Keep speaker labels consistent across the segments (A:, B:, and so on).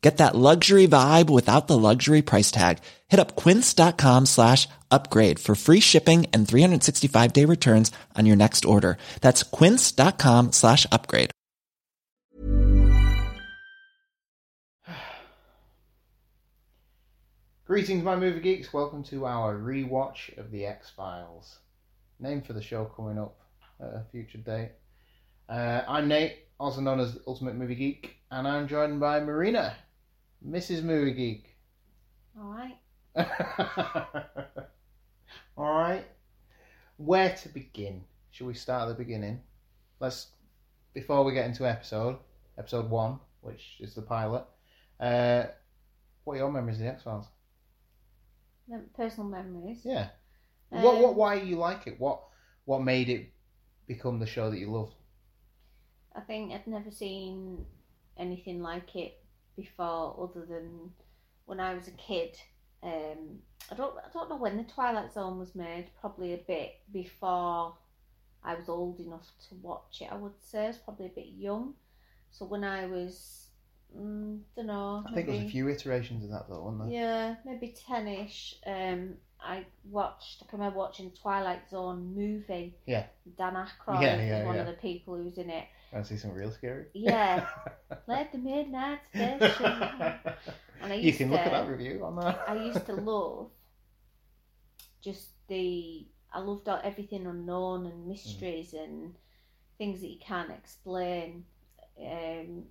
A: Get that luxury vibe without the luxury price tag. Hit up quince.com slash upgrade for free shipping and 365 day returns on your next order. That's quince.com slash upgrade.
B: Greetings, my movie geeks. Welcome to our rewatch of the X Files. Name for the show coming up at a future date. Uh, I'm Nate, also known as Ultimate Movie Geek, and I'm joined by Marina, Mrs. Movie Geek.
C: All right.
B: All right. Where to begin? Shall we start at the beginning? Let's before we get into episode episode one, which is the pilot. Uh, what are your memories of the X Files?
C: Mem- Personal memories.
B: Yeah. what, what,
C: Um,
B: why you like it? What, what made it become the show that you love?
C: I think I'd never seen anything like it before, other than when I was a kid. Um, I don't, I don't know when the Twilight Zone was made. Probably a bit before I was old enough to watch it. I would say I was probably a bit young. So when I was, mm, don't know.
B: I think there's a few iterations of that though, wasn't there?
C: Yeah, maybe ten-ish. Um, I watched. I can remember watching the Twilight Zone movie.
B: Yeah.
C: Dan Aykroyd
B: Yeah,
C: was
B: yeah,
C: one
B: yeah.
C: of the people who was in it.
B: Want to see something real scary?
C: Yeah, like the Midnight Station. and I
B: you
C: used
B: can
C: to,
B: look at that review on that.
C: I used to love just the. I loved all, everything unknown and mysteries and things that you can't explain. Um,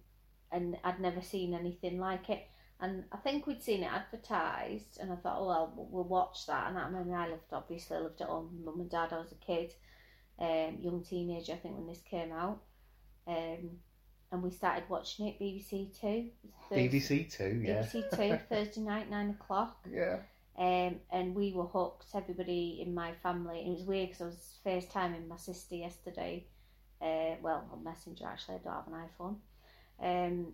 C: and I'd never seen anything like it. And I think we'd seen it advertised, and I thought, oh, well, we'll- we'll watch that. And I mean, I lived, obviously, I lived at home with mum and dad. I was a kid, um, young teenager, I think, when this came out. Um, and we started watching it, BBC Two.
B: BBC Two, yeah,
C: BBC Two, Thursday night, nine o'clock.
B: yeah.
C: Um, and we were hooked, everybody in my family. It was weird because I was FaceTiming my sister yesterday. Uh, well, on Messenger, actually, I don't have an iPhone. Um,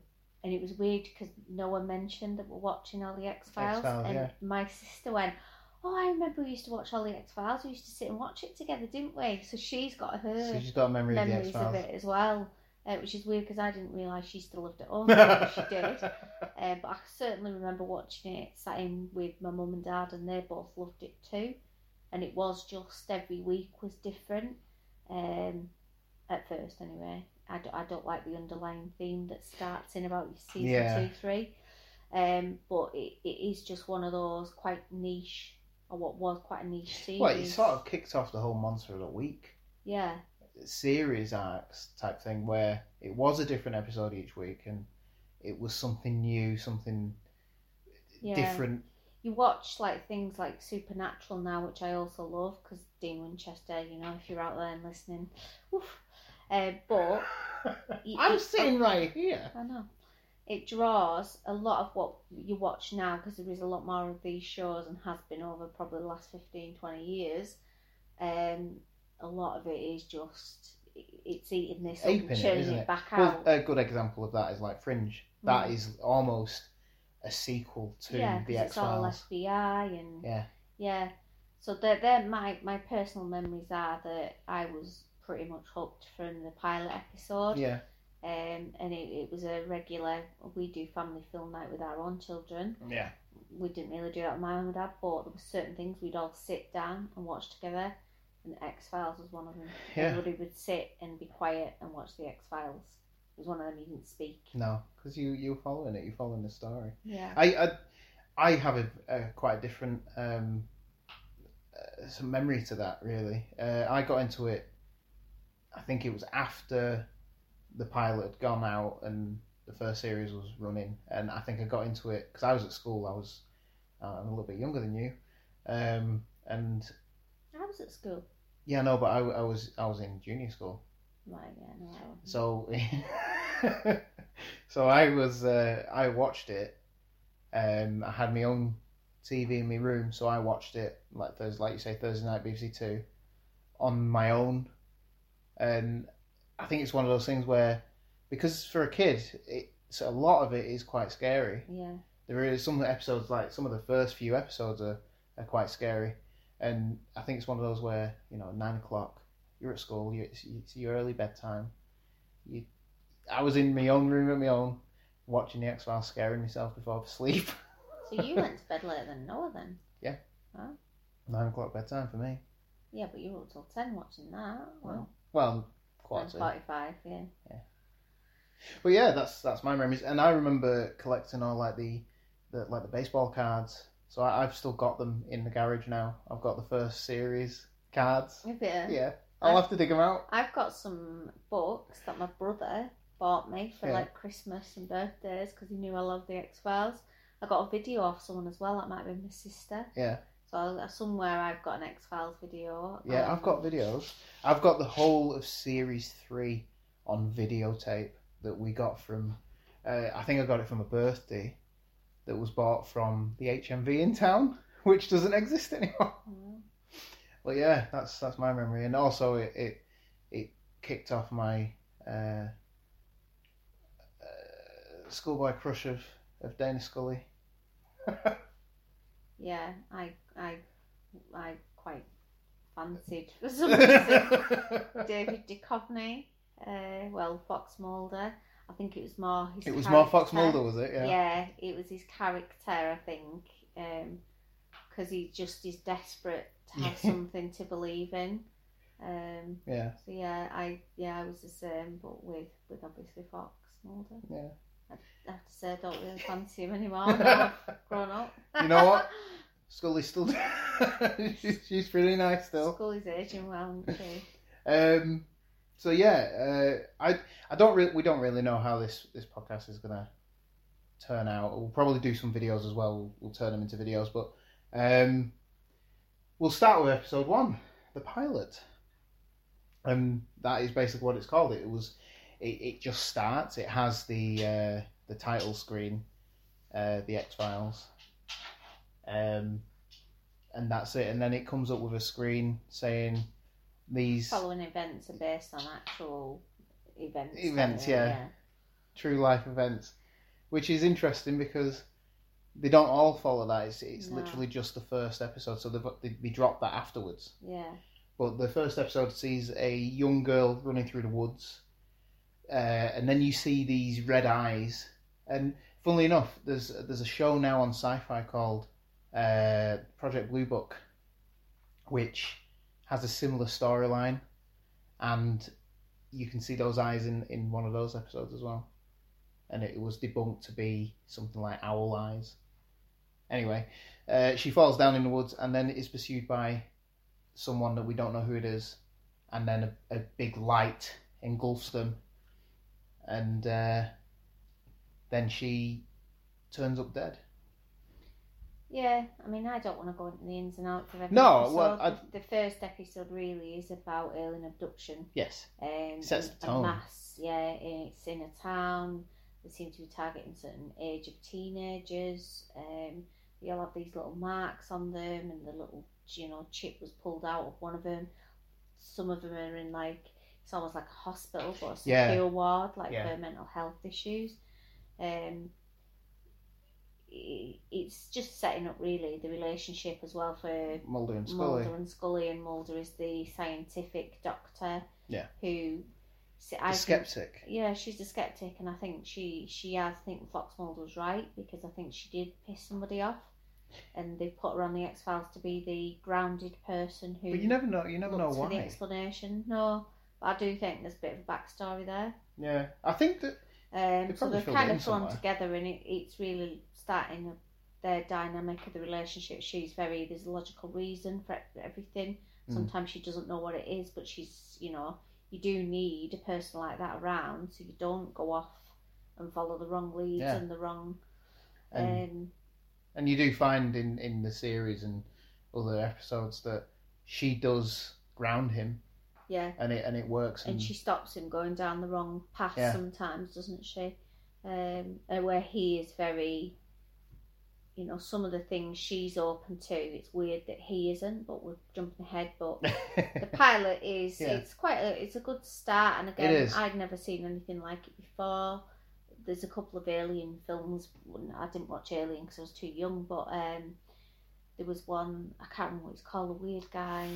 C: and it was weird because no one mentioned that we're watching all the X Files.
B: X-Files,
C: And
B: yeah.
C: my sister went, Oh, I remember we used to watch all the X Files. We used to sit and watch it together, didn't we? So she's got her
B: So she's got a memory of the X
C: memories of
B: Files.
C: it as well, uh, which is weird because I didn't realise she still lived at home. but Oh, she did. Uh, but I certainly remember watching it, sat in with my mum and dad, and they both loved it too. And it was just every week was different. Um, at first, anyway. I don't, I don't like the underlying theme that starts in about season
B: Yeah.
C: two, three. Um, but it, it is just one of those quite niche, or what was quite a niche series.
B: Well, it sort of kicked off the whole Monster of the Week
C: Yeah,
B: series arcs type thing, where it was a different episode each week, and it was something new, something
C: yeah.
B: different.
C: you watch like things like Supernatural now, which I also love because Dean Winchester. You know, if you're out there and listening, woof. Uh, but y-
B: I'm
C: it-
B: sitting right here.
C: I know it draws a lot of what you watch now because there is a lot more of these shows and has been over probably the last 15, 20 years. Um, a lot of it is just it's eating this up
B: Aping
C: and
B: it,
C: churning
B: isn't
C: it,
B: it?
C: back
B: Well,
C: out.
B: a good example of that is like Fringe. That
C: Mm.
B: is almost a sequel to
C: yeah,
B: the
C: 'cause
B: X
C: it's all
B: Files.
C: FBI and
B: Yeah,
C: Yeah. So they're, they're my, my personal memories are that I was pretty much hooked from the pilot episode.
B: yeah.
C: Um, and it, it was a regular, we do family film night with our own children.
B: Yeah.
C: We didn't really do that with my mum and dad, but there were certain things we'd all sit down and watch together. And X Files was one of them.
B: Yeah.
C: Everybody would sit and be quiet and watch the X Files. It was one of them you didn't speak.
B: No, because you you're following it. You're following the story.
C: Yeah.
B: I I, I have a, a quite different um, uh, some memory to that. Really, uh, I got into it. I think it was after the pilot had gone out and the first series was running, and I think I got into it because I was at school. I was uh, I'm a little bit younger than you, um, and
C: I was at school.
B: yeah, no, but I, I was I was in junior school.
C: Right, yeah, no, I wasn't.
B: So, so I was uh, I watched it. Um, I had my own TV in my room, so I watched it like Thursday, like you say, Thursday night BBC Two, on my own, and I think it's one of those things where, because for a kid, it's a lot of it is quite scary.
C: yeah,
B: There is some episodes like some of the first few episodes are, are quite scary, and I think it's one of those where you know nine o'clock, you're at school, you it's, it's your early bedtime. You, I was in my own room at my own, watching the X Files, scaring myself before sleep.
C: So you went to bed later than Noah then?
B: nine o'clock bedtime for me.
C: Yeah, but you were up till ten watching that. Well,
B: Well,
C: nine
B: quarter. to.
C: forty-five. Yeah.
B: But yeah, that's that's my memories, and I remember collecting all like the, the like the baseball cards. So I, I've still got them in the garage now. I've got the first series cards.
C: If it-
B: Yeah, I'll have to dig them out.
C: I've got some books that my brother bought me for
B: Yeah.
C: like Christmas and birthdays because he knew I loved the X Files. I got a video off someone as well. That might have been my sister.
B: Yeah,
C: So I, somewhere I've got an X Files video.
B: yeah,
C: Um,
B: I've got videos. I've got the whole of series three on videotape that we got from. Uh, I think I got it from a birthday that was bought from the HMV in town, which doesn't exist anymore.
C: mm,
B: But yeah, that's that's my memory, and also it it, it kicked off my uh, uh, schoolboy crush of of Dana Scully.
C: Yeah, I, I, I quite fancied for some reason.
B: it
C: David Duchovny, uh, well, Fox Mulder. I think it was more his.
B: was more Fox
C: character.
B: Mulder, was it? Yeah.
C: yeah, it was his character, I think, because he just is desperate to have
B: Yeah.
C: something to believe in. Um,
B: yeah,
C: so yeah, I yeah I was the same, but with with obviously Fox Mulder.
B: yeah.
C: I have to say, I don't really fancy him anymore. now I've grown up.
B: You know what? Scully's still she's, she's pretty nice still.
C: School is aging well, isn't she?
B: Um, so yeah, uh, I I don't really we don't really know how this this podcast is gonna turn out. We'll probably do some videos as well. We'll, we'll turn them into videos, but um, we'll start with episode one, the pilot. Um, that is basically what it's called. It was, it, it just starts. It has the uh, the title screen, uh, the X Files, um, and that's it. And then it comes up with a screen saying these
C: Following events are based on actual events.
B: Events,
C: aren't they?
B: yeah. true life events, which is interesting because they don't all follow that. It's, it's
C: No.
B: literally just the first episode, so they've, they they drop that afterwards.
C: yeah, yeah.
B: But the first episode sees a young girl running through the woods, uh, and then you see these red eyes. And funnily enough, there's there's a show now on Sci-Fi called uh, Project Blue Book, which has a similar storyline, and you can see those eyes in in one of those episodes as well. And it was debunked to be something like owl eyes. Anyway, uh, she falls down in the woods and then is pursued by someone that we don't know who it is, and then a, a big light engulfs them, and uh, then she turns up dead.
C: Yeah, I mean, I don't want to go into the ins and outs of every
B: No,
C: episode.
B: well, I-
C: The- the first episode really is about alien abduction.
B: Yes.
C: Um,
B: Sets
C: and-
B: the tone.
C: and mass, yeah, it's in a town. They seem to be targeting certain age of teenagers. Um, they all have these little marks on them, and the little, you know, chip was pulled out of one of them. Some of them are in like it's almost like a hospital, but a secure
B: Yeah.
C: ward, like
B: Yeah.
C: for mental health issues. Um, i- it's just setting up really the relationship as well for
B: Mulder and Scully.
C: Mulder and Scully, and Mulder is the scientific doctor.
B: Yeah.
C: Who? s-
B: The
C: I think-
B: skeptic.
C: yeah, she's a skeptic, and I think she she has I think Fox Mulder was right because I think she did piss somebody off, and they put her on the X Files to be the grounded person who.
B: But you never know. You never know
C: looks for the
B: why.
C: explanation. No, but I do think there's a bit of a backstory there.
B: Yeah, I think that.
C: Um, so
B: probably
C: they've
B: filled
C: kind
B: it
C: of
B: in
C: gone
B: somewhere.
C: together, and it, it's really starting their dynamic of the relationship. She's very there's a logical reason for e- everything.
B: Mm.
C: Sometimes she doesn't know what it is, but she's you know you do need a person like that around so you don't go off and follow the wrong leads
B: Yeah.
C: and the wrong.
B: And,
C: um,
B: and you do find in in the series and other episodes that she does ground him,
C: yeah,
B: and it and it works. And,
C: and she stops him going down the wrong path
B: Mm. Yeah.
C: sometimes, doesn't she? Um, uh, where he is very, you know, some of the things she's open to. It's weird that he isn't, but we're jumping ahead. But the pilot is
B: Yeah.
C: it's quite a, it's a good start and again
B: is.
C: i'd never seen anything like it before there's a couple of alien films One- i didn't watch alien because i was too young but um there was one i can't remember what it's called a weird guy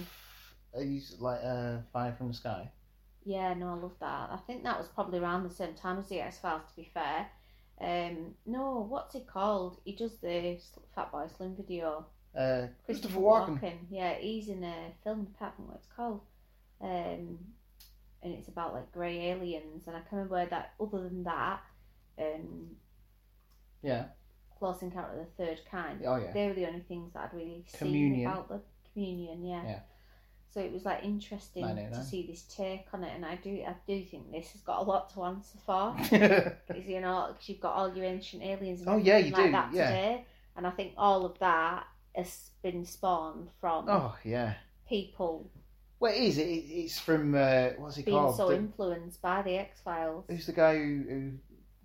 B: He's like uh, Fire from the Sky.
C: yeah no i love that i think that was probably around the same time as the x-files to be fair um no what's it called he does the Sl- fat boy slim video
B: Uh, Christopher Walken.
C: Yeah, he's in a film. I can't remember what it's called. Um, and it's about like grey aliens, and I can't remember that. Other than that, um,
B: Yeah.
C: Close Encounter of the Third Kind.
B: Oh yeah.
C: They were the only things that I'd really seen
B: Communion.
C: about the communion. Yeah.
B: Yeah.
C: So it was like interesting
B: I know
C: to
B: that.
C: see this take on it, and I do, I do think this has got a lot to answer for. 'Cause, you know, 'cause you've got all your ancient aliens. And
B: Oh, yeah, you
C: everything like
B: do,
C: That
B: yeah.
C: Today. And I think all of that has been spawned from
B: oh yeah.
C: people
B: Well, it is. It, it's from uh, what's he
C: being
B: called?
C: so
B: The-
C: influenced by the X Files.
B: who's the guy who, who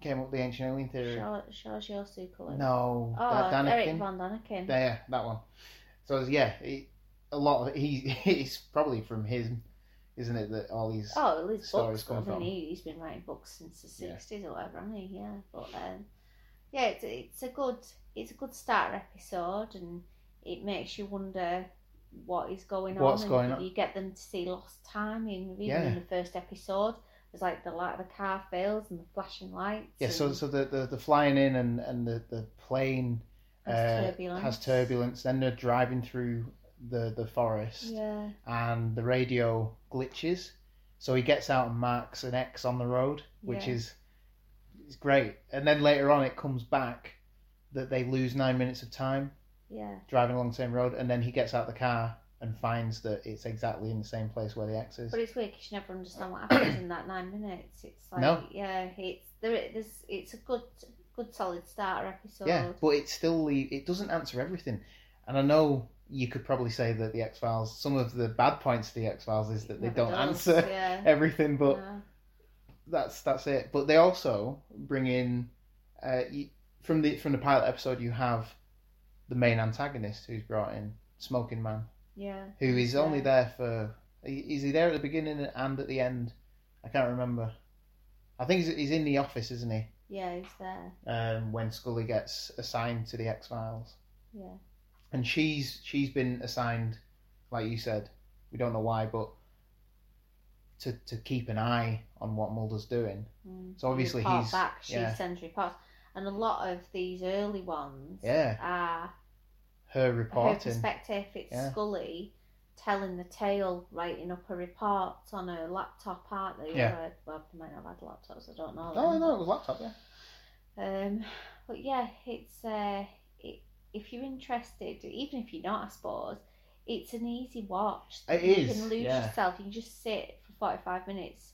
B: came up with the ancient alien theory?
C: Charles Yosuko.
B: No,
C: Oh,
B: that Daniken.
C: Eric Von Daniken.
B: Yeah, that one. So yeah, it, a lot of he. It's probably from him, isn't it? That all these.
C: Oh, at least
B: Stories
C: books.
B: come
C: I mean,
B: from.
C: he, he's been writing books since the
B: Yeah.
C: sixties or whatever, hasn't he? Yeah, but um, yeah, it's, it's a good it's a good starter episode, and it makes you wonder what is going
B: What's
C: on.
B: going
C: and
B: on.
C: You get them to see lost time in even
B: Yeah.
C: in the first episode. There's like the light of the car fails and the flashing lights.
B: yeah. So
C: and
B: so the, the the flying in and and the the plane
C: has
B: uh,
C: turbulence.
B: has turbulence. Then they're driving through the the forest,
C: Yeah,
B: and the radio glitches. So he gets out and marks an X on the road, which
C: Yeah.
B: is is great. And then later on, it comes back that they lose nine minutes of time.
C: yeah,
B: driving along the same road, and then he gets out the car and finds that it's exactly in the same place where the X is.
C: but it's weird 'cause you never understand what happens in that nine minutes. It's like
B: No.
C: yeah, it's there. There's it's a good good solid starter episode.
B: Yeah, but it still le- it doesn't answer everything. And I know you could probably say that the X Files, some of the bad points to the X Files is that they
C: Never
B: don't
C: does,
B: answer
C: Yeah.
B: everything, but
C: No.
B: that's that's it. But they also bring in uh, you, from the from the pilot episode, you have the main antagonist who's brought in, Smoking Man,
C: yeah.
B: who is only
C: Yeah.
B: there for is he there at the beginning and at the end i can't remember i think he's, he's in the office isn't he
C: Yeah, he's there.
B: um, when scully gets assigned to the x-files
C: Yeah.
B: and she's she's been assigned like you said we don't know why but to, to keep an eye on what mulder's doing
C: Mm.
B: So obviously
C: report
B: he's-
C: back. She
B: yeah.
C: sends reports, and a lot of these early ones
B: yeah
C: are
B: her
C: her
B: reporting
C: perspective. It's
B: Yeah.
C: Scully telling the tale, writing up her reports on her laptop, aren't they?
B: Yeah.
C: Or her- well, they might not have had laptops. I don't know.
B: no
C: then,
B: no it was laptop yeah
C: Um, but yeah, it's uh, it, if you're interested, even if you're not, I suppose it's an easy watch.
B: It
C: you
B: is,
C: can lose
B: yeah.
C: yourself. You can just sit for forty-five minutes,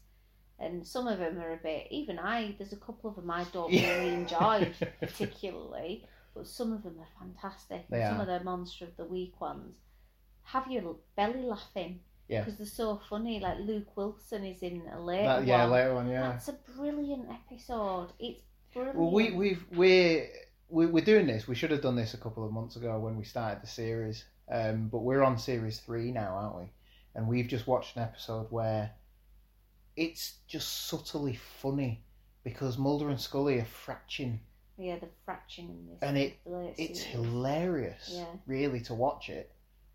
C: and some of them are a bit. Even I, there's a couple of them I don't really enjoy particularly, but some of them are fantastic.
B: They
C: and some
B: are.
C: of the monster of the week ones have your belly laughing
B: Yeah.
C: because they're so funny. Like Luke Wilson is in a later
B: that, yeah
C: one.
B: later on yeah
C: That's a brilliant episode. It's brilliant.
B: Well, we, we've we're we- we're doing this. We should have done this a couple of months ago when we started the series. Um, but we're on series three now, aren't we? And we've just watched an episode where it's just subtly funny because Mulder and Scully are fracturing.
C: yeah, the fraction in this.
B: And it-
C: late
B: It's
C: season.
B: hilarious,
C: Yeah.
B: really, to watch it.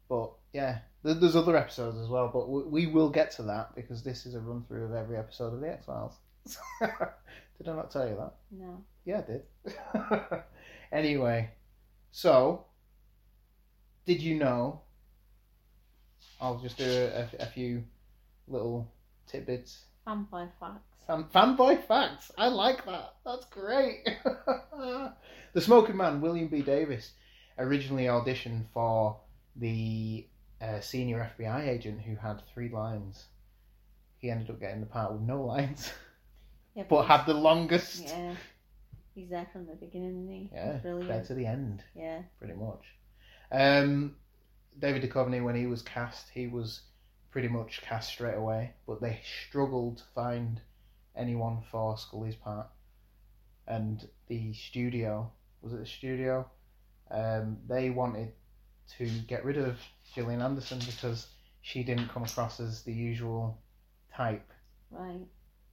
B: But yeah, there- there's other episodes as well. But we, we will get to that because this is a run through of every episode of the X Files. Did I not tell you that?
C: no.
B: Yeah, I did. anyway, so did you know? I'll just do a, a- a few little tidbits.
C: Fanboy facts.
B: Fan, fanboy facts. I like that. That's great. the Smoking Man, William B. Davis, originally auditioned for the uh, senior FBI agent who had three lines. He ended up getting the part with no lines,
C: Yeah,
B: but
C: he's-
B: had the longest.
C: Yeah. He's there from the beginning, isn't he?
B: yeah
C: Brilliant.
B: there to the end.
C: Yeah.
B: pretty much. Um, David Duchovny, when he was cast, he was pretty much cast straight away, but they struggled to find anyone for Scully's part. And the studio was it the studio um, they wanted to get rid of Gillian Anderson because she didn't come across as the usual type,
C: Right.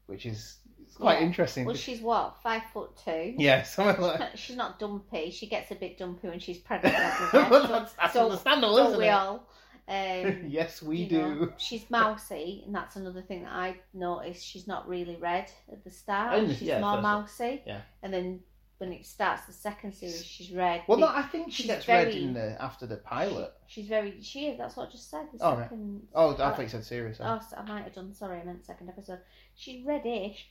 B: which is it's quite
C: Yeah.
B: interesting.
C: Well, she's what five foot two.
B: yeah, something like
C: She's not dumpy. She gets a bit dumpy when she's pregnant. doesn't
B: Well,
C: she?
B: that's, that's
C: so,
B: understandable,
C: don't
B: isn't
C: we
B: it?
C: all? Um,
B: yes, we
C: you
B: do.
C: know, she's mousy, and that's another thing that I noticed. She's not really red at the start.
B: And-
C: she's
B: yeah,
C: more
B: first-
C: mousy.
B: yeah.
C: And then when it starts the second series, she's red.
B: Well, no, I think she
C: she's
B: gets read
C: very-
B: in the after the pilot.
C: she's very. She is. That's what I just said. The
B: Oh, right.
C: second.
B: Oh, I thought you said serious.
C: Oh, so I might have done. Sorry, I meant second episode. She's reddish,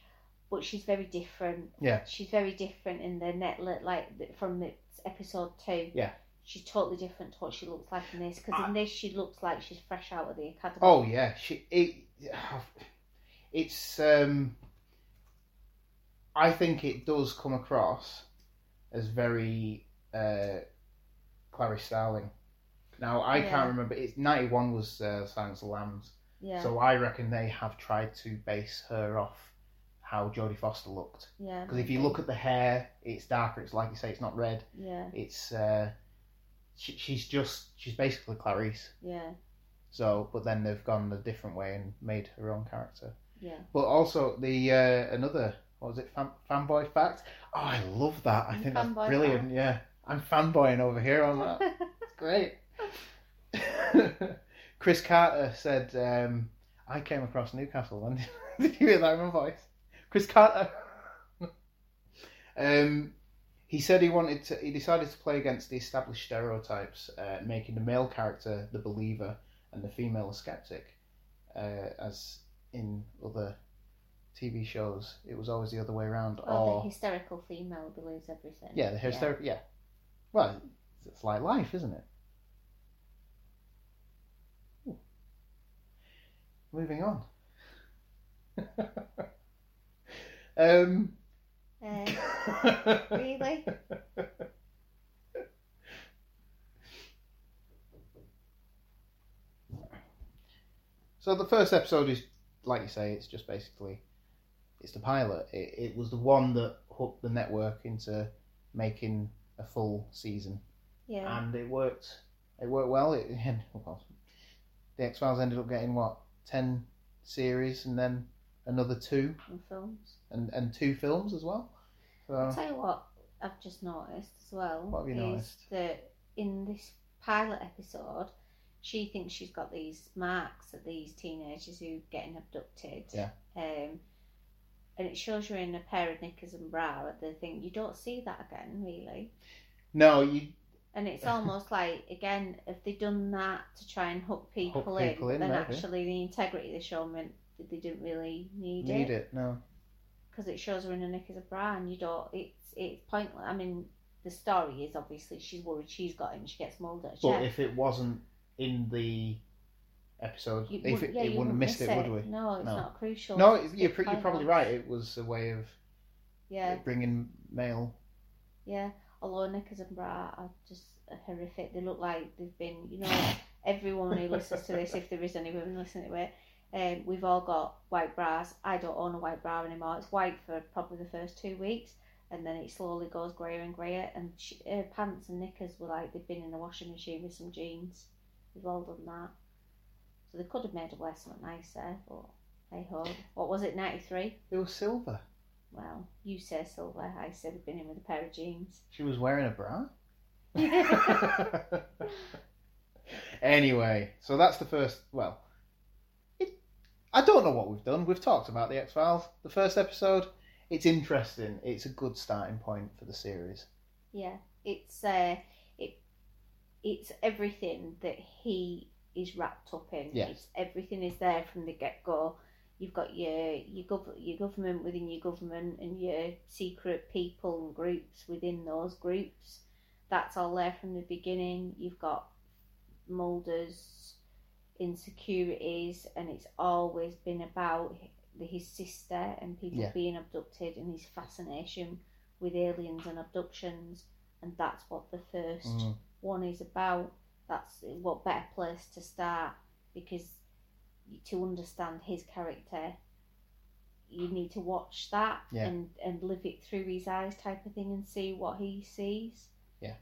C: but she's very different.
B: Yeah.
C: She's very different in the net like the- from the episode two.
B: Yeah.
C: She's totally different to what she looks like in this because in this she looks like she's fresh out of the academy.
B: Oh yeah, she it, it's um I think it does come across as very uh Clarice Starling. Now I
C: Yeah.
B: can't remember it's 91 was uh, Silence of the Lambs.
C: yeah,
B: So I reckon they have tried to base her off how Jodie Foster looked.
C: yeah.
B: Because if you look at the hair, it's darker, it's like you say it's not red.
C: yeah,
B: It's uh she, she's just she's basically Clarice.
C: yeah,
B: So, but then they've gone a different way and made her own character.
C: yeah.
B: But also the uh, another what was it fan, fanboy fact? Oh, I love that. I
C: Mm,
B: think that's
C: fanboy
B: brilliant.
C: fact.
B: Yeah, I'm fanboying over here on that. It's great. Chris Carter said, um, "I came across Newcastle." And did you hear that in my voice? Chris Carter. um, he said he wanted to. He decided to play against the established stereotypes, uh, making the male character the believer and the female the skeptic, uh, as in other TV shows. It was always the other way around.
C: Oh,
B: or
C: the hysterical female believes everything.
B: yeah, the hysterical. Yeah. Well, it's like life, isn't it? Ooh. Moving on. um.
C: Yeah. Uh, really?
B: so the first episode is, like you say, it's just basically, it's the pilot. It, it was the one that hooked the network into making a full season.
C: Yeah.
B: and it worked. It worked well. It, well the X Files ended up getting what ten series, and then another two,
C: and films.
B: and and two films as well.
C: I'll
B: So
C: tell you what I've just noticed as well.
B: uh, What have you
C: is
B: noticed?
C: That in this pilot episode, she thinks she's got these marks at these teenagers who are getting abducted.
B: Yeah.
C: Um, and it shows you in a pair of knickers and bra at the thing. You don't see that again, really.
B: no, you
C: And it's almost like, again, if they'd done that to try and hook people,
B: people in,
C: then
B: maybe.
C: actually the integrity of the show meant that they didn't really need,
B: need
C: it
B: it. No,
C: because it shows her in a knickers and bra, and you don't. It's it's pointless. I mean, the story is obviously she's worried she's got him. She gets mauled at. a
B: but
C: check.
B: if it wasn't in the episode,
C: You
B: if
C: wouldn't-
B: it,
C: yeah,
B: it
C: you
B: wouldn't have missed it, would we?
C: No, it's
B: No.
C: not crucial.
B: No, it's, you're,
C: It's
B: pr- you're probably
C: pointless.
B: right. It was a way of
C: Yeah,
B: bringing male.
C: yeah. Although knickers and bra are just horrific. They look like they've been. You know, everyone who listens to this, if there is any women listening to it. Um, we've all got white bras. I don't own a white bra anymore. It's white for probably the first two weeks, and then it slowly goes greyer and greyer. And she, her pants and knickers were like they'd been in the washing machine with some jeans. We've all done that. So they could have made her wear something nicer, but hey ho. What was it, 93?
B: It was silver.
C: Well, you say silver. I said I've been in with a pair of jeans.
B: She was wearing a bra. anyway, so that's the first. Well, it, I don't know what we've done. We've talked about the X Files. The first episode, it's interesting. It's a good starting point for the series.
C: Yeah, it's uh, it, it's everything that he is wrapped up in.
B: Yes.
C: It's, everything is there from the get go. You've got your your, gov- your government within your government and your secret people and groups within those groups. That's all there from the beginning. You've got Mulder's insecurities, and it's always been about h- his sister and people
B: Yeah.
C: being abducted and his fascination with aliens and abductions, and that's what the first
B: Mm.
C: one is about. That's what better place to start because to understand his character, you need to watch that
B: Yeah.
C: and and live it through his eyes, type of thing, and see what he sees.
B: Yeah.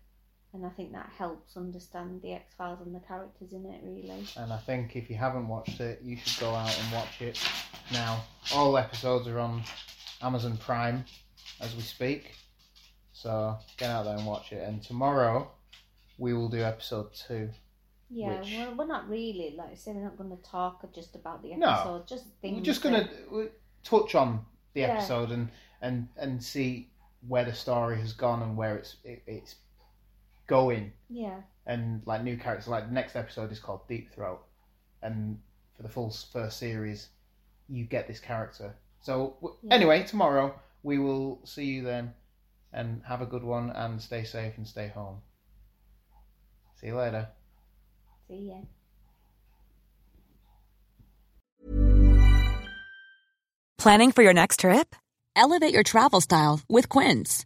C: and I think that helps understand the X Files and the characters in it really.
B: And I think if you haven't watched it, you should go out and watch it now. All episodes are on Amazon Prime as we speak. So get out there and watch it. And tomorrow we will do episode two.
C: Yeah,
B: Which-
C: well, we're not really like I say we're not going to talk just about the
B: No.
C: episode, just things.
B: We're just
C: that-
B: going to touch on the
C: Yeah.
B: episode and, and, and see where the story has gone and where it's it, it's going.
C: yeah,
B: And like new characters, like the next episode is called Deep Throat, and for the full s- first series, you get this character. So w-
C: Yeah.
B: anyway, tomorrow we will see you then, and have a good one, and stay safe and stay home. See you later.
C: see ya.
D: Planning for your next trip? Elevate your travel style with Quince.